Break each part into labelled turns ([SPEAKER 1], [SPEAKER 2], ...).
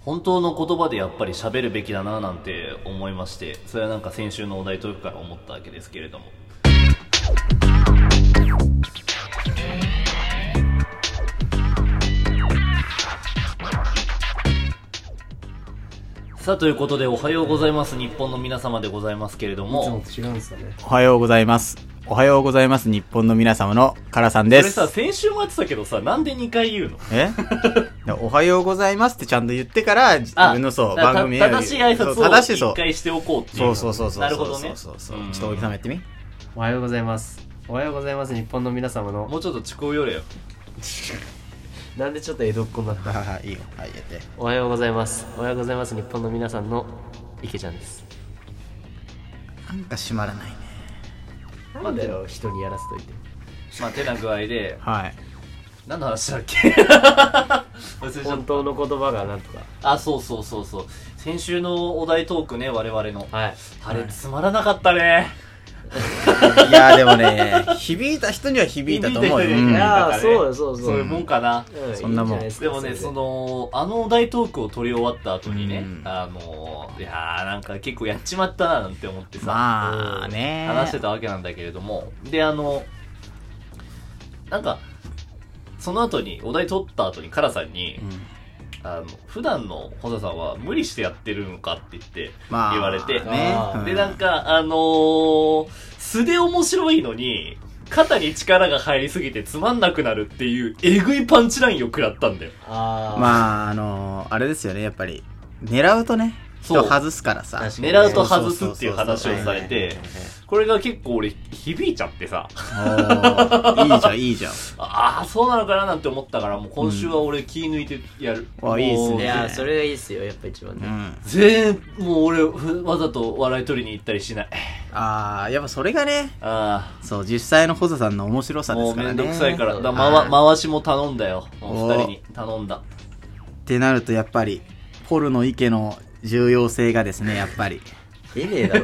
[SPEAKER 1] 本当の言葉でやっぱり喋るべきだななんて思いましてそれはなんか先週のお題トークから思ったわけですけれどもさあということでおはようございます日本の皆様でございますけれど
[SPEAKER 2] い
[SPEAKER 1] も
[SPEAKER 2] つもと違うんですよね。
[SPEAKER 3] おはようございます。おはようございます。日本の皆様のカラさん
[SPEAKER 1] こ
[SPEAKER 3] で
[SPEAKER 1] れ
[SPEAKER 3] す
[SPEAKER 1] さ。先週もやってたけどさなんで2回言うの
[SPEAKER 3] えおはようございますってちゃんと言ってから、自
[SPEAKER 1] あ、
[SPEAKER 3] 分のそう、
[SPEAKER 1] だから
[SPEAKER 3] 番組
[SPEAKER 1] た正しい挨拶
[SPEAKER 3] そう正しい
[SPEAKER 1] を一
[SPEAKER 3] そう。
[SPEAKER 1] 回しておこうっていう
[SPEAKER 3] そ
[SPEAKER 1] の。
[SPEAKER 3] うそうそうそう。
[SPEAKER 1] なるほどね。
[SPEAKER 3] そうそうそう
[SPEAKER 1] うん
[SPEAKER 3] ちょっと大木さんもやってみ。
[SPEAKER 2] おはようございます。おはようございます。日本の皆様の。
[SPEAKER 1] もうちょっと遅刻よれよ。
[SPEAKER 2] なんでちょっと江戸っ子になった。
[SPEAKER 3] ははい、いいよ。はい、やって。
[SPEAKER 2] おはようございます。おはようございます。日本の皆さんの池ちゃんです。
[SPEAKER 3] なんか閉まらないね。
[SPEAKER 2] なんだよ、人にやらせといて。
[SPEAKER 1] まあ手な具合で、
[SPEAKER 3] はい。
[SPEAKER 1] 何の話だっけ忘れちゃっ
[SPEAKER 2] 本当の言葉がなんとか。
[SPEAKER 1] た。あ、そうそうそうそう。先週のお題トークね、我々の。
[SPEAKER 2] はい。
[SPEAKER 1] あれ、つまらなかったね。
[SPEAKER 3] いや、でもね、響いた人には響いたと思う
[SPEAKER 1] 響い
[SPEAKER 3] よ。
[SPEAKER 1] た
[SPEAKER 3] う
[SPEAKER 1] 人
[SPEAKER 3] ん
[SPEAKER 1] に
[SPEAKER 2] い
[SPEAKER 1] は
[SPEAKER 2] やー、そうだそうだ
[SPEAKER 1] そういうもんかな。
[SPEAKER 2] う
[SPEAKER 3] そんな
[SPEAKER 2] い
[SPEAKER 3] もん
[SPEAKER 2] いじゃいすか
[SPEAKER 1] でもね、そ、の、あのお題トークを取り終わった後にね、
[SPEAKER 3] うん
[SPEAKER 1] あの、いやーなんか結構やっちまったななんて思ってさ。
[SPEAKER 3] まあね。
[SPEAKER 1] 話してたわけなんだけれども、で、あの、なんか、その後に、お題取った後に、カラさんに、
[SPEAKER 3] うん
[SPEAKER 1] あの、普段のホ田さんは無理してやってるのかって言って、
[SPEAKER 3] まあ、
[SPEAKER 1] 言われて
[SPEAKER 3] ね
[SPEAKER 2] あー。
[SPEAKER 1] で、なんんか、あのー素で面白いのに、肩に力が入りすぎてつまんなくなるっていう、えぐいパンチラインを食らったんだよ。
[SPEAKER 2] あー、
[SPEAKER 3] まあ、あのー、あれですよね、やっぱり。狙うとね、
[SPEAKER 1] そう
[SPEAKER 3] 人外すからさ。
[SPEAKER 2] 確かに
[SPEAKER 1] 狙うと外すっていう話をされ
[SPEAKER 2] は
[SPEAKER 1] て
[SPEAKER 2] いはいはいはい、
[SPEAKER 1] これが結構俺、響いちゃってさ。
[SPEAKER 3] おーいいじゃん、いいじゃん。
[SPEAKER 1] ああ、そうなのかななんて思ったから、もう今週は俺気抜いてやる。
[SPEAKER 3] うんわいいっすね
[SPEAKER 1] もう
[SPEAKER 2] いやー、それがいいっすよ、やっぱ一番
[SPEAKER 3] う
[SPEAKER 2] ね。
[SPEAKER 3] ん。
[SPEAKER 1] 全、もう俺、ふわざと笑い取りに行ったりしない。
[SPEAKER 3] あー、やっぱそれがね、
[SPEAKER 1] あ
[SPEAKER 3] そう、実際のホザさんの面白
[SPEAKER 1] あ、
[SPEAKER 3] さで
[SPEAKER 1] も
[SPEAKER 3] す
[SPEAKER 1] う
[SPEAKER 3] から
[SPEAKER 1] め
[SPEAKER 3] ね。
[SPEAKER 1] んどくさいから。
[SPEAKER 2] そう
[SPEAKER 1] だ
[SPEAKER 2] だ
[SPEAKER 1] ま
[SPEAKER 3] は
[SPEAKER 1] わ、回
[SPEAKER 3] い
[SPEAKER 1] しも頼んだよ。もう二人に頼んだ。
[SPEAKER 3] ってなると、やっぱり、ポルの池の重要性がですね、やっぱり。
[SPEAKER 2] 出ねえだ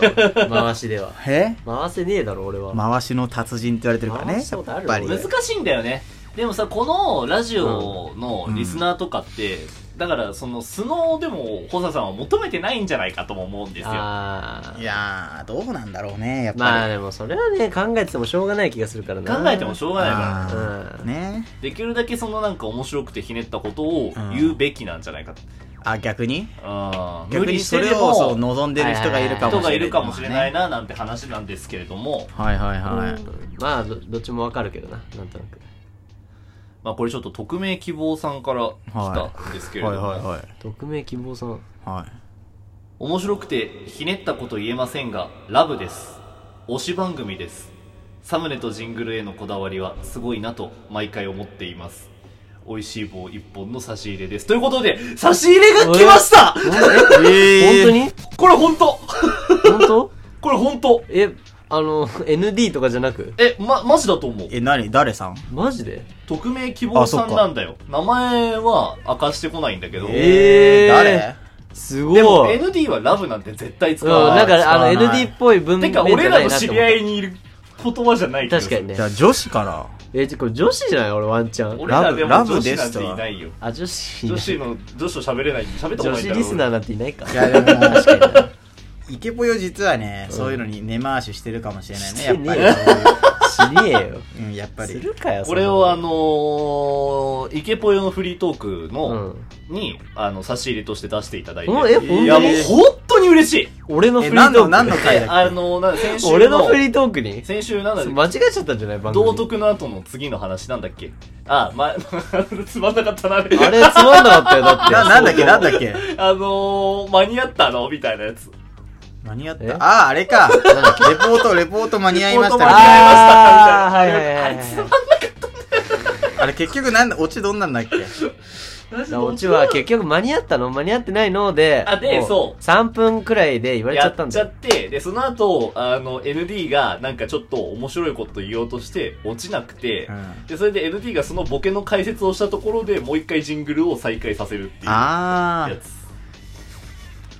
[SPEAKER 2] ろ、回しでは。
[SPEAKER 3] え
[SPEAKER 2] 回せねえだろ、俺は。
[SPEAKER 3] 回しの達人って言われてるからね。
[SPEAKER 2] 回したことあ
[SPEAKER 3] やっ
[SPEAKER 2] る
[SPEAKER 3] ぱり。
[SPEAKER 1] 難しいんだよね。でもさ、このラジオのリスナーとかって、だからその素のでも、ホサさんは求めてないんじゃないかとも思うんですよ。
[SPEAKER 2] あ
[SPEAKER 3] い
[SPEAKER 2] ー。
[SPEAKER 3] やー、どうなんだろうね、やっぱり。
[SPEAKER 2] まあでもそれはね、考えててもしょうがない気がするからな。
[SPEAKER 1] 考えてもしょうがないから。
[SPEAKER 3] あー
[SPEAKER 2] うん
[SPEAKER 3] ね
[SPEAKER 1] できるだけそのなんか面白くてひねったことを言うべきなんじゃないかと。
[SPEAKER 3] あ、逆に
[SPEAKER 1] あー無
[SPEAKER 3] 逆
[SPEAKER 1] 理
[SPEAKER 3] に
[SPEAKER 1] し
[SPEAKER 3] そ
[SPEAKER 1] て
[SPEAKER 3] れ
[SPEAKER 1] で
[SPEAKER 3] をそう
[SPEAKER 1] も
[SPEAKER 3] 望んでる人がいるかもしれない。
[SPEAKER 1] 人がいるかもしれない
[SPEAKER 3] ね。
[SPEAKER 1] ななんて話なんですけれども、
[SPEAKER 3] はいはい
[SPEAKER 2] う
[SPEAKER 3] はい。
[SPEAKER 2] んまあどどっちもわかるけどななんとなく
[SPEAKER 1] まあこれちょっと匿名希望さんから来
[SPEAKER 3] は
[SPEAKER 1] たんですけれど
[SPEAKER 3] はい
[SPEAKER 1] も、
[SPEAKER 3] はいはい。
[SPEAKER 2] 匿名希望さん
[SPEAKER 3] はい。
[SPEAKER 1] 面白くてひねったこと言えませんが、ラブです。推し番組です。サムネとジングルへのこだわりはすごいなと毎回思っています。美味しい棒一本の差し入れです。ということで、差し入れが来ました
[SPEAKER 3] えー
[SPEAKER 2] 本
[SPEAKER 1] これ本当
[SPEAKER 2] 当に本当
[SPEAKER 1] これ本当
[SPEAKER 2] えあの ND とかじゃなく
[SPEAKER 1] え、ま、マジだと思う。
[SPEAKER 3] え、何誰さん
[SPEAKER 2] マジで
[SPEAKER 1] 匿名希望さんなんだよ。名前は明かしてこないんだけど。
[SPEAKER 2] えー
[SPEAKER 3] 誰
[SPEAKER 2] す
[SPEAKER 1] でも
[SPEAKER 2] ごい
[SPEAKER 1] ND はラブなんて絶対使
[SPEAKER 2] うん
[SPEAKER 1] わな
[SPEAKER 2] ないん。かあの
[SPEAKER 3] 使わない
[SPEAKER 2] ND っぽい文
[SPEAKER 1] て
[SPEAKER 2] 面
[SPEAKER 1] か、
[SPEAKER 2] じ
[SPEAKER 1] 俺
[SPEAKER 2] ゃな
[SPEAKER 1] ら
[SPEAKER 2] い
[SPEAKER 1] の
[SPEAKER 2] なって
[SPEAKER 1] 知
[SPEAKER 2] 思
[SPEAKER 1] り合い
[SPEAKER 2] っ
[SPEAKER 1] にいる言葉じゃない気
[SPEAKER 2] た
[SPEAKER 1] が
[SPEAKER 2] 確
[SPEAKER 1] す
[SPEAKER 2] か
[SPEAKER 1] る
[SPEAKER 2] に
[SPEAKER 3] じゃ
[SPEAKER 2] ね
[SPEAKER 3] あ女子かな
[SPEAKER 2] えこれ女子じゃない俺ワンチャン
[SPEAKER 1] 俺らでも
[SPEAKER 3] ラブ
[SPEAKER 1] 女子な
[SPEAKER 3] ラ
[SPEAKER 1] ん
[SPEAKER 3] ブです
[SPEAKER 1] て
[SPEAKER 3] とはい
[SPEAKER 1] ないよ。
[SPEAKER 2] あ女子
[SPEAKER 1] 女子の、女子と喋れない、喋ったこと
[SPEAKER 2] 女
[SPEAKER 1] ないん
[SPEAKER 2] 子
[SPEAKER 1] だ
[SPEAKER 2] リスナ
[SPEAKER 1] ー。
[SPEAKER 2] ーなんていないか
[SPEAKER 3] いやでも、イケポヨ実はね、そういうのに根回ししてるかもしれないね、やっぱり。
[SPEAKER 2] しねえよ
[SPEAKER 3] うん、やっぱ
[SPEAKER 2] す
[SPEAKER 3] り。
[SPEAKER 2] るかよ
[SPEAKER 1] これをあ
[SPEAKER 2] の
[SPEAKER 1] のー、イケポヨのフリートークの、
[SPEAKER 2] うん
[SPEAKER 1] に、あの、差し入れとして出していただいて。
[SPEAKER 2] おえ本当に
[SPEAKER 1] いや、もう本当に嬉しい。
[SPEAKER 2] 俺のフ
[SPEAKER 3] え、
[SPEAKER 2] リー
[SPEAKER 3] 何
[SPEAKER 2] ト
[SPEAKER 3] の、何
[SPEAKER 2] ー
[SPEAKER 3] の
[SPEAKER 2] ク
[SPEAKER 3] 回だ
[SPEAKER 1] あ
[SPEAKER 3] っけ
[SPEAKER 1] の、な先週
[SPEAKER 2] 俺のフリートークに
[SPEAKER 1] 先週なんだっけ
[SPEAKER 2] 間違えちゃったんじゃない番組
[SPEAKER 1] 道徳の後の次の話なんだっけあ、ま、 つまんなかったな、あれ。
[SPEAKER 2] あれつまんなかったよだって
[SPEAKER 3] な、なんだっけ、なんだっけ
[SPEAKER 1] あのー、間に合ったのみたいなやつ。
[SPEAKER 3] 間に合っ
[SPEAKER 2] え
[SPEAKER 3] たああ、あれか。レポート、レポート間に合いまし
[SPEAKER 1] レポート間
[SPEAKER 3] た
[SPEAKER 1] に
[SPEAKER 3] ね
[SPEAKER 1] 合いました
[SPEAKER 2] あ
[SPEAKER 1] み
[SPEAKER 2] ー
[SPEAKER 1] た
[SPEAKER 2] はいい
[SPEAKER 1] な。
[SPEAKER 2] はいはい
[SPEAKER 1] あいつ
[SPEAKER 2] は
[SPEAKER 3] あれ結局なんだ、オチどんなんだっけ
[SPEAKER 2] いオチは結局間に合ったの間に合ってないので
[SPEAKER 1] あで
[SPEAKER 2] も
[SPEAKER 1] そう
[SPEAKER 2] 3分くらいで言われち
[SPEAKER 1] や
[SPEAKER 2] ゃった
[SPEAKER 1] っ
[SPEAKER 2] ん
[SPEAKER 1] ちゃ
[SPEAKER 2] だよ
[SPEAKER 1] って、で、その後、あの、ND が、なんかちょっと面白いこと言おうとして、落ちなくて、
[SPEAKER 3] うん
[SPEAKER 1] で、それで ND がそのボケの解説をしたところで、もう一回ジングルを再開させるっていうや
[SPEAKER 3] ああ、
[SPEAKER 1] つ。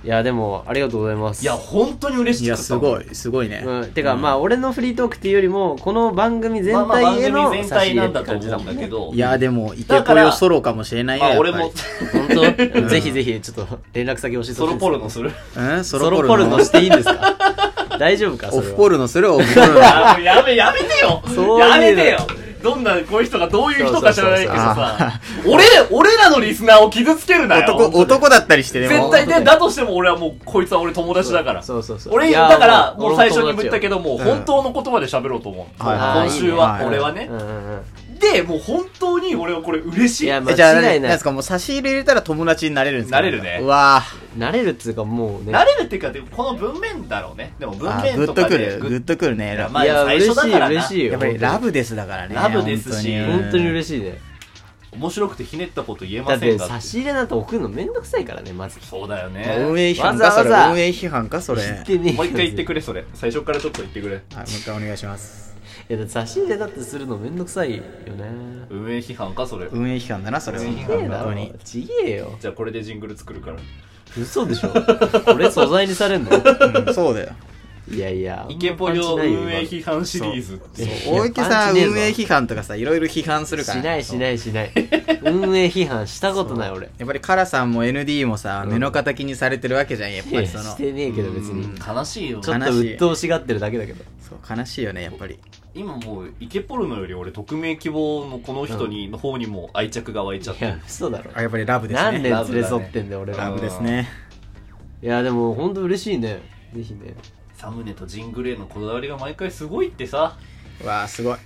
[SPEAKER 2] いやでもありがとうございます
[SPEAKER 1] いや本当に嬉し
[SPEAKER 3] い
[SPEAKER 1] く
[SPEAKER 3] や
[SPEAKER 1] て
[SPEAKER 3] すごいすごいね、
[SPEAKER 2] うん、てか、まあ俺のフリートークっていうよりもこの番組全
[SPEAKER 1] まあまあ番
[SPEAKER 2] 体への
[SPEAKER 1] 組全
[SPEAKER 2] 差し
[SPEAKER 1] 体
[SPEAKER 2] 入れ
[SPEAKER 1] な
[SPEAKER 2] っ
[SPEAKER 1] ん
[SPEAKER 2] て
[SPEAKER 1] だと
[SPEAKER 2] 感じ
[SPEAKER 1] 思
[SPEAKER 2] だ
[SPEAKER 1] う
[SPEAKER 2] も
[SPEAKER 1] ん
[SPEAKER 2] ん
[SPEAKER 1] だ
[SPEAKER 2] ね
[SPEAKER 1] けど
[SPEAKER 3] いやでもイ
[SPEAKER 1] だ
[SPEAKER 3] ケ
[SPEAKER 1] か
[SPEAKER 3] ポ
[SPEAKER 1] ら
[SPEAKER 3] ヨソロかもしれないよ
[SPEAKER 1] まあ
[SPEAKER 3] やっぱ
[SPEAKER 1] 俺
[SPEAKER 3] り
[SPEAKER 1] も
[SPEAKER 2] 本 当、ぜひぜひちょっと連絡先教えてほしいです
[SPEAKER 1] ソロポルノする
[SPEAKER 3] うんソ
[SPEAKER 2] ソ
[SPEAKER 3] ロ
[SPEAKER 2] ロ
[SPEAKER 3] ポル
[SPEAKER 2] ポ
[SPEAKER 3] ノ
[SPEAKER 2] ルノしていいんですか大丈夫かそれ
[SPEAKER 3] オ
[SPEAKER 2] は
[SPEAKER 3] フポルノするオフ ポルノ
[SPEAKER 1] あもうやめやめてよ
[SPEAKER 2] そういうの
[SPEAKER 1] やめてよどんなこういう人がどういう人か知らないけどさ俺俺らのリスナーを傷つけるなよ
[SPEAKER 3] 男男だったりしてねも
[SPEAKER 1] 絶対
[SPEAKER 3] う
[SPEAKER 1] でだとしても俺はもうこいつは俺友達だから
[SPEAKER 2] そうそうそう
[SPEAKER 1] 俺
[SPEAKER 2] いや
[SPEAKER 1] だからもう最初にも言ったけ
[SPEAKER 2] ど
[SPEAKER 1] どもう
[SPEAKER 3] うん
[SPEAKER 1] 本当の言葉で喋ろうと思う
[SPEAKER 3] はいはい
[SPEAKER 1] 今週は俺はね
[SPEAKER 2] うんうんうん
[SPEAKER 1] でもう本当に俺はこれ嬉し
[SPEAKER 2] い
[SPEAKER 1] い
[SPEAKER 2] や
[SPEAKER 1] あ
[SPEAKER 2] ま
[SPEAKER 3] えじゃあ
[SPEAKER 2] 間
[SPEAKER 3] 何
[SPEAKER 2] 違いない
[SPEAKER 3] 何ですかもう差し入れ入れたら友達になれるんですか
[SPEAKER 1] なれるね
[SPEAKER 3] うわ
[SPEAKER 2] 慣れるっつうかもうね
[SPEAKER 1] 慣れるっていうかでもこの文面だろうねでも
[SPEAKER 3] ー
[SPEAKER 1] 文
[SPEAKER 3] あーグ
[SPEAKER 1] 面
[SPEAKER 3] ッ
[SPEAKER 1] と
[SPEAKER 3] と
[SPEAKER 1] か
[SPEAKER 3] く
[SPEAKER 1] で
[SPEAKER 3] るグッとくるね
[SPEAKER 1] いや
[SPEAKER 3] ラ
[SPEAKER 1] まあ
[SPEAKER 2] いや
[SPEAKER 1] 最初だからな
[SPEAKER 2] 嬉しい嬉しいよ
[SPEAKER 3] やっぱりラブですだからね
[SPEAKER 1] ラブですし
[SPEAKER 2] 本当に
[SPEAKER 3] しい
[SPEAKER 2] 嬉しいね
[SPEAKER 1] 面白くてひねったこと言え
[SPEAKER 2] だ
[SPEAKER 1] ま
[SPEAKER 2] っ
[SPEAKER 1] せん
[SPEAKER 2] て
[SPEAKER 1] が
[SPEAKER 2] 差し入れなんて送るのめんどくさいからねまず
[SPEAKER 1] そうだよねもう
[SPEAKER 3] 運営批判
[SPEAKER 2] わざ
[SPEAKER 3] かそ
[SPEAKER 2] わ
[SPEAKER 3] れ
[SPEAKER 2] ざ
[SPEAKER 3] 運営批判かそれはい
[SPEAKER 2] 知っ
[SPEAKER 3] も
[SPEAKER 2] てねえよ
[SPEAKER 1] 一回言ってくれそれ最初からちょっと言ってくれ
[SPEAKER 3] う一回お願いします
[SPEAKER 2] いやだって差し入れだってするのめんどくさいよね
[SPEAKER 1] 運営批判かそれ
[SPEAKER 3] 運営批判だなそれは
[SPEAKER 1] 運営
[SPEAKER 3] 本
[SPEAKER 1] 批
[SPEAKER 2] ねえだ
[SPEAKER 3] 当
[SPEAKER 2] ろ
[SPEAKER 3] に
[SPEAKER 2] ちげえよ
[SPEAKER 1] じゃあこれでジングル作るから
[SPEAKER 2] 嘘でしょ 俺素材にされんの
[SPEAKER 3] うんそう だよ
[SPEAKER 2] いやいや
[SPEAKER 1] イケポヨ
[SPEAKER 2] あんまパンチないよ
[SPEAKER 1] 運営批判シリーズ
[SPEAKER 2] そういや
[SPEAKER 3] 大池さ
[SPEAKER 2] パン
[SPEAKER 3] ん
[SPEAKER 2] チねえぞ
[SPEAKER 3] 運営批判とかさいろいろ批判するから
[SPEAKER 2] しないしないしない運営批判したことない俺い
[SPEAKER 3] やっぱりカラさんも ND もさ目の敵にされてるわけじゃんやっぱ
[SPEAKER 2] や
[SPEAKER 3] りその
[SPEAKER 2] してねえけど別に
[SPEAKER 1] 悲しいよ
[SPEAKER 2] ちょっと鬱陶しがってるだけだけど
[SPEAKER 3] そう悲しいよねやっぱり
[SPEAKER 1] 今もうイケポルノより俺匿名希望のこの人に、の方にも愛着が湧いちゃっ
[SPEAKER 2] い
[SPEAKER 1] て
[SPEAKER 2] や嘘だろ
[SPEAKER 3] あやっぱりラブですね
[SPEAKER 2] 何年
[SPEAKER 3] ラ
[SPEAKER 2] 連
[SPEAKER 3] ブ
[SPEAKER 2] れ添ってんだよ俺ら
[SPEAKER 3] ラ
[SPEAKER 2] い
[SPEAKER 3] ブですね
[SPEAKER 2] やでも本当嬉しいねぜひね
[SPEAKER 1] サムネとジングルへのこだわりが毎回すごいってさ
[SPEAKER 3] わあすごい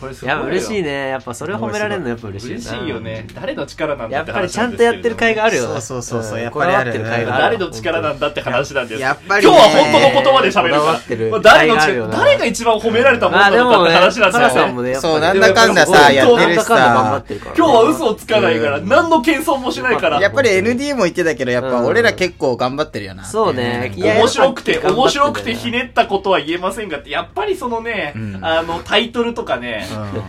[SPEAKER 1] これす
[SPEAKER 2] い
[SPEAKER 1] ごい
[SPEAKER 2] や
[SPEAKER 1] よ
[SPEAKER 2] 嬉しいねやっぱそれ褒められるのやっぱ嬉しい
[SPEAKER 1] 嬉
[SPEAKER 2] な
[SPEAKER 1] しいよね誰の力なんだ
[SPEAKER 2] や
[SPEAKER 1] っ
[SPEAKER 2] ってぱり
[SPEAKER 1] 話
[SPEAKER 2] ち
[SPEAKER 1] な
[SPEAKER 2] ゃ
[SPEAKER 1] ん
[SPEAKER 2] ん
[SPEAKER 1] ですけれども
[SPEAKER 2] とやってる甲斐があるよ
[SPEAKER 3] そうそうそうそうやっ
[SPEAKER 2] こ
[SPEAKER 3] ぱり
[SPEAKER 2] だ
[SPEAKER 3] あ
[SPEAKER 2] わっ
[SPEAKER 3] る
[SPEAKER 2] てる甲斐がある
[SPEAKER 1] 誰の力なんだって話なんです
[SPEAKER 3] やっぱりね
[SPEAKER 1] 今日は本当の言葉で喋る
[SPEAKER 2] こだわ
[SPEAKER 1] か
[SPEAKER 2] って
[SPEAKER 1] ら、
[SPEAKER 2] る
[SPEAKER 1] まあ、誰の
[SPEAKER 2] 甲斐があるよ
[SPEAKER 1] 力
[SPEAKER 2] な
[SPEAKER 1] 誰が一番褒められたもの
[SPEAKER 2] まあ
[SPEAKER 1] な
[SPEAKER 2] で
[SPEAKER 1] のかっ
[SPEAKER 2] も
[SPEAKER 1] て
[SPEAKER 2] ね
[SPEAKER 1] 話なん
[SPEAKER 2] タ
[SPEAKER 1] です
[SPEAKER 2] カ
[SPEAKER 1] よ
[SPEAKER 2] さ
[SPEAKER 1] ね
[SPEAKER 2] んもねやっぱ
[SPEAKER 3] そう
[SPEAKER 2] り
[SPEAKER 3] なんだかんださ
[SPEAKER 1] やって
[SPEAKER 3] る
[SPEAKER 2] なん
[SPEAKER 3] しさ
[SPEAKER 2] だかんだ頑張ってるから
[SPEAKER 1] 今日は嘘をつかないから、
[SPEAKER 3] うん
[SPEAKER 1] 何の謙遜もしないから
[SPEAKER 3] やっぱり ND も言ってたけどやっぱ
[SPEAKER 2] うん
[SPEAKER 3] 俺ら結構頑張ってるよな
[SPEAKER 2] そうね
[SPEAKER 3] ってい
[SPEAKER 2] いや
[SPEAKER 1] 面白くて
[SPEAKER 2] やっぱり
[SPEAKER 1] 面白くてひねったことは言えませんがってやっぱりそのね、
[SPEAKER 3] うん
[SPEAKER 1] あのタイトルとかね、
[SPEAKER 3] うん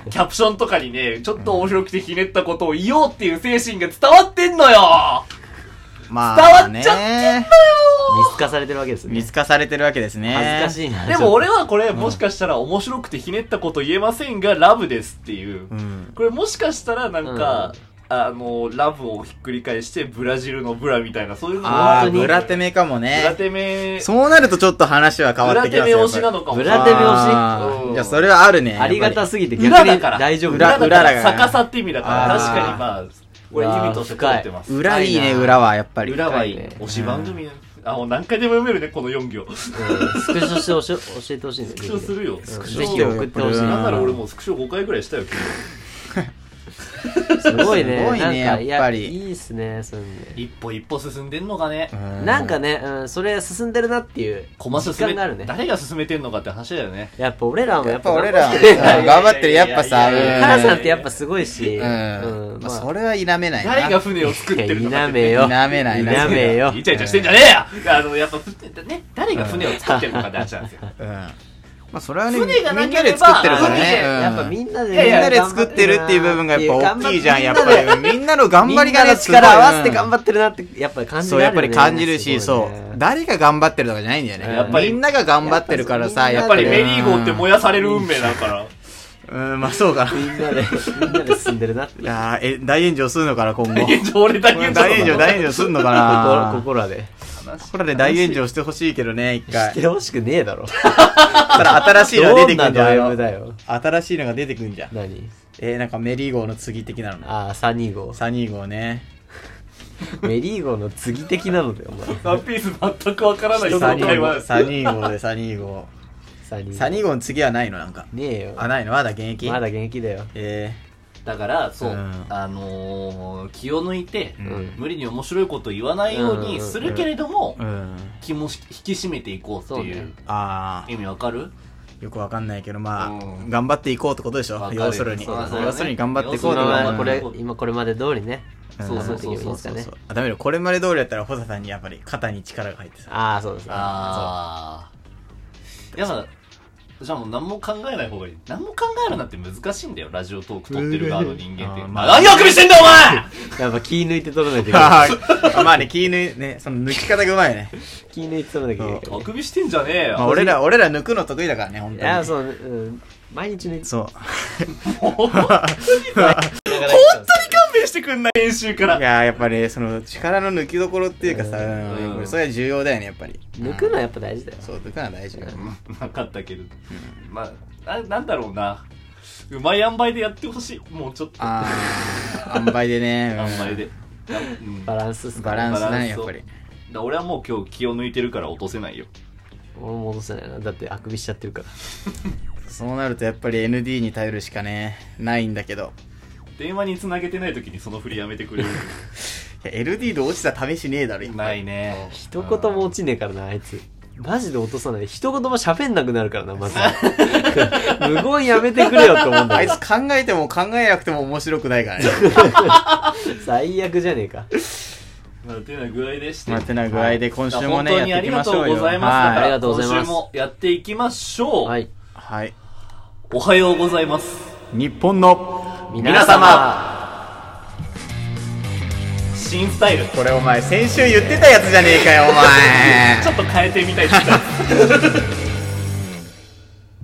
[SPEAKER 1] キャプションとかにねちょっと面白くてひねったことを言おうっていう精神が伝わってんのよ
[SPEAKER 3] まあ
[SPEAKER 1] 伝わっちゃってん
[SPEAKER 3] ね
[SPEAKER 2] 見透かされてるわけですね
[SPEAKER 3] 見透かされてるわけですね
[SPEAKER 2] 恥ずかしい
[SPEAKER 1] で
[SPEAKER 2] な
[SPEAKER 1] も俺
[SPEAKER 2] ちょ
[SPEAKER 1] はこれもしかしたら面白くてひねったこと言えませんがラブですっていう、
[SPEAKER 3] うん
[SPEAKER 1] これもしかしたらなんか、あのラブをひっくり返してブラジルのブラみたいなそういうの
[SPEAKER 3] ああ
[SPEAKER 2] 本当に
[SPEAKER 3] ブラテメかも
[SPEAKER 1] ブラ
[SPEAKER 3] ね
[SPEAKER 1] テメ
[SPEAKER 3] そうなるとちょっと話は変
[SPEAKER 1] ブ
[SPEAKER 3] わっ
[SPEAKER 1] ラ
[SPEAKER 3] てき
[SPEAKER 1] テ
[SPEAKER 3] ます
[SPEAKER 1] メ
[SPEAKER 3] よ
[SPEAKER 1] 推しなのかも
[SPEAKER 2] ブラテメ推し
[SPEAKER 3] あー
[SPEAKER 1] うん
[SPEAKER 3] いやそれはあるね
[SPEAKER 2] っとありがたすぎて逆
[SPEAKER 1] 裏だ
[SPEAKER 2] に
[SPEAKER 1] から。
[SPEAKER 2] 大丈夫
[SPEAKER 1] 裏
[SPEAKER 3] 裏
[SPEAKER 1] だから。
[SPEAKER 3] 裏だから
[SPEAKER 1] 逆さって意味だから。
[SPEAKER 3] あー
[SPEAKER 1] 確かにまあ、これ意味として取ってます。
[SPEAKER 3] 裏いいね
[SPEAKER 2] 深いな
[SPEAKER 3] 裏はやっぱり
[SPEAKER 1] 裏はいい
[SPEAKER 2] 深いね。
[SPEAKER 1] 推し番組。あ、もう何回でも読めるね、この4行。ス
[SPEAKER 2] うんスクショしておし教えてほしいね
[SPEAKER 1] クショするよ。スクシ
[SPEAKER 2] ぜひ
[SPEAKER 1] ョ。
[SPEAKER 2] 送ってほしい
[SPEAKER 1] なん
[SPEAKER 2] な
[SPEAKER 1] なら俺もうスクショ5回ぐらいしたよ、今
[SPEAKER 2] すごいね
[SPEAKER 3] すごいね
[SPEAKER 2] なんかい
[SPEAKER 3] やっぱり
[SPEAKER 2] いいっすねそういうのね
[SPEAKER 1] 日。一歩一歩進んでんのかね
[SPEAKER 3] う。ん
[SPEAKER 2] なんかね、うん、それ進んでるなっていう
[SPEAKER 1] 駒進め、
[SPEAKER 2] 実感があるね
[SPEAKER 1] 誰が進めてんのかって話だよね。
[SPEAKER 2] やっぱ俺らも
[SPEAKER 3] や
[SPEAKER 2] や
[SPEAKER 3] っ
[SPEAKER 2] っ
[SPEAKER 3] ぱ
[SPEAKER 2] ぱ
[SPEAKER 3] 俺ら
[SPEAKER 2] カ
[SPEAKER 3] も
[SPEAKER 1] いやいやいやいや
[SPEAKER 3] 頑張ってるやっぱさ
[SPEAKER 1] いやいやいや
[SPEAKER 2] ラさんってやっぱすごいし、
[SPEAKER 3] うんうんまあそれは否めないな
[SPEAKER 1] 誰が船を作っ
[SPEAKER 2] い
[SPEAKER 1] て
[SPEAKER 2] や
[SPEAKER 1] るの
[SPEAKER 2] 否
[SPEAKER 1] かって
[SPEAKER 2] めよ
[SPEAKER 3] 否めない
[SPEAKER 2] 否
[SPEAKER 3] な
[SPEAKER 2] めよ
[SPEAKER 1] イチャイチャしてんじゃねえよあの、やっぱ、ね、誰が船を作ってるのかって話なんですよ。
[SPEAKER 3] うんまあそれはねみ
[SPEAKER 1] 船
[SPEAKER 3] ん
[SPEAKER 1] が
[SPEAKER 3] な
[SPEAKER 1] なければ
[SPEAKER 3] で作ってるからね
[SPEAKER 1] 船で
[SPEAKER 3] うん
[SPEAKER 2] やっぱみんなで、
[SPEAKER 1] いやい
[SPEAKER 3] みん
[SPEAKER 1] や
[SPEAKER 3] なで作ってるっていう部分がやっぱ大きいじゃんやっ
[SPEAKER 2] り
[SPEAKER 3] ぱりみんなの頑張りがねすごい
[SPEAKER 2] 力合わせて頑張ってるなってやっぱり感じ
[SPEAKER 3] そう
[SPEAKER 2] る
[SPEAKER 3] や
[SPEAKER 2] よ
[SPEAKER 3] っ
[SPEAKER 2] ね
[SPEAKER 3] ぱり感じるし
[SPEAKER 2] すご
[SPEAKER 3] そ
[SPEAKER 2] いね
[SPEAKER 3] う誰が頑張ってるとかじゃないんだよ
[SPEAKER 1] やっぱ
[SPEAKER 3] ね
[SPEAKER 1] り
[SPEAKER 3] みんなが頑張ってるからさ
[SPEAKER 2] や
[SPEAKER 1] やっ
[SPEAKER 2] っぱ
[SPEAKER 1] ぱ
[SPEAKER 2] り
[SPEAKER 1] り
[SPEAKER 2] ね
[SPEAKER 1] メリーゴーって燃やされる運命だから。
[SPEAKER 3] うんまあそうかな
[SPEAKER 2] みんなでみんなで進んでるなって
[SPEAKER 3] いやーえ大炎上するのかな今後
[SPEAKER 1] 現状俺だけ
[SPEAKER 3] 大炎上大炎上するのか
[SPEAKER 2] 心心
[SPEAKER 3] な
[SPEAKER 2] で
[SPEAKER 3] これで大炎上してほしいけどね一回
[SPEAKER 2] してほしくねえだろ
[SPEAKER 3] そしたら新しいの出
[SPEAKER 2] ど
[SPEAKER 3] て
[SPEAKER 2] ん
[SPEAKER 3] く
[SPEAKER 2] なん
[SPEAKER 3] じゃ
[SPEAKER 2] ド
[SPEAKER 3] ん
[SPEAKER 2] M だよ
[SPEAKER 3] 新しいのが出てくんじゃん
[SPEAKER 2] 何
[SPEAKER 3] えー、なんかメリーゴーの次的なのな
[SPEAKER 2] ああ325
[SPEAKER 3] 325ね
[SPEAKER 2] メリーゴーの次的なのだよお
[SPEAKER 1] ワ
[SPEAKER 2] 前
[SPEAKER 1] ンピース全くわからない
[SPEAKER 3] 325
[SPEAKER 1] 人の会話です。
[SPEAKER 3] 325で325
[SPEAKER 2] 325
[SPEAKER 3] 325の次はないのなんか
[SPEAKER 2] ねえよ
[SPEAKER 3] あないのまだ現役
[SPEAKER 2] まだ現役だよ
[SPEAKER 3] え
[SPEAKER 1] だから、そう、
[SPEAKER 3] うん
[SPEAKER 1] あのー気を抜いて、
[SPEAKER 2] ん
[SPEAKER 1] 無理に面白いこと言わないようにするけれども、
[SPEAKER 3] ー、うん
[SPEAKER 1] 気もし引き締めていこうっていう。
[SPEAKER 2] そうね
[SPEAKER 3] あ
[SPEAKER 1] 意味わかる
[SPEAKER 3] ーよくわかんないけどまあ、
[SPEAKER 1] うん
[SPEAKER 3] 頑張っていこうってことでしょ
[SPEAKER 1] わかる
[SPEAKER 3] 要するに
[SPEAKER 1] そうだね
[SPEAKER 3] 要するに頑張っていこ
[SPEAKER 2] こ
[SPEAKER 3] うって
[SPEAKER 2] の
[SPEAKER 3] こ
[SPEAKER 1] そうだね
[SPEAKER 2] ままこれ
[SPEAKER 1] うん
[SPEAKER 2] 今これまで通りね
[SPEAKER 3] と
[SPEAKER 1] そうそうそう
[SPEAKER 2] そうそう
[SPEAKER 3] そうあダメだこれまで通りだったら保田さんにやっぱり肩に力が入ってさ
[SPEAKER 2] ああそうですね
[SPEAKER 1] ああ。いや、まあ、じゃあもう何も考えない方がいい。何も考えるなんて難しいんだよ、ラジオトーク撮ってる側の人間って。
[SPEAKER 3] うん
[SPEAKER 1] まあ、何をあくびしてんだよ、お前
[SPEAKER 2] やっぱ気抜いて取らないといけない。
[SPEAKER 3] あまあね、気抜い、ね、その抜き方がうまいね。
[SPEAKER 2] 気抜いて取らなきゃいけない
[SPEAKER 1] あくびしてんじゃねえ
[SPEAKER 3] まあ、
[SPEAKER 1] よ
[SPEAKER 3] 俺ら、俺ら抜くの得意だからね、本
[SPEAKER 2] いや、
[SPEAKER 3] 当に。
[SPEAKER 2] そう、うん。毎日抜いて。
[SPEAKER 3] そう。
[SPEAKER 2] 本当
[SPEAKER 1] 勘弁してくんない編集か
[SPEAKER 3] い
[SPEAKER 1] ら
[SPEAKER 3] やーやっぱり、その、力の抜きどころっていうかさ、
[SPEAKER 1] うん
[SPEAKER 3] これ、それは重要だよね、やっぱり。
[SPEAKER 2] 抜くのはやっぱ大事だよ。
[SPEAKER 3] そう、抜くのは大事だよ。
[SPEAKER 1] なかったけどまあななんだろうなうまい塩梅でやってほしいもうちょっと
[SPEAKER 3] あー、塩梅でね。うん
[SPEAKER 1] 塩梅で、うん
[SPEAKER 2] バ
[SPEAKER 1] だか
[SPEAKER 2] ランスっすか
[SPEAKER 3] バ
[SPEAKER 2] ら。
[SPEAKER 3] ランスだね、
[SPEAKER 1] バラン
[SPEAKER 3] や
[SPEAKER 1] ス
[SPEAKER 3] っ
[SPEAKER 1] を
[SPEAKER 3] ぱり。
[SPEAKER 1] ら俺はもう今日気を抜いてるから落とせないよ
[SPEAKER 2] 俺も戻せないな。だってあくびしちゃってるから。
[SPEAKER 3] そうなると、やっぱり ND に頼るしかね、ないんだけど。
[SPEAKER 1] 電話に繋げてない時にその振りやめてくれる
[SPEAKER 3] いや LD で落ちた試しねえだろ、いっぱ
[SPEAKER 1] ないいね
[SPEAKER 2] 一言も落ちねえからな、あいつ。マジで落とさない。一言も喋んなくなるからな、まず。 無言やめてくれよって思うんだ
[SPEAKER 3] あい
[SPEAKER 2] よ。
[SPEAKER 3] つ考えても考えなくても面白くない からね。
[SPEAKER 2] 最悪じゃねえか。
[SPEAKER 1] まあてな具合でして
[SPEAKER 3] まあ、てな具合で今週もね、
[SPEAKER 1] 本当に
[SPEAKER 3] や
[SPEAKER 1] あ
[SPEAKER 3] っ
[SPEAKER 1] り
[SPEAKER 3] ていきま
[SPEAKER 1] が
[SPEAKER 3] し
[SPEAKER 1] とう
[SPEAKER 3] ょう
[SPEAKER 1] ご
[SPEAKER 3] よ。
[SPEAKER 1] ざいます。だ
[SPEAKER 2] はいあ
[SPEAKER 1] か
[SPEAKER 2] り
[SPEAKER 1] ら
[SPEAKER 2] がとうございます
[SPEAKER 1] 今週もやっていきましょう。
[SPEAKER 2] はい。
[SPEAKER 3] はい。
[SPEAKER 1] おはようございます。
[SPEAKER 3] 日本の、
[SPEAKER 1] 皆様新スタイル。
[SPEAKER 3] これお前、先週言ってたやつじゃねえかよ、お前。
[SPEAKER 1] ちょっと変えてみたいって言った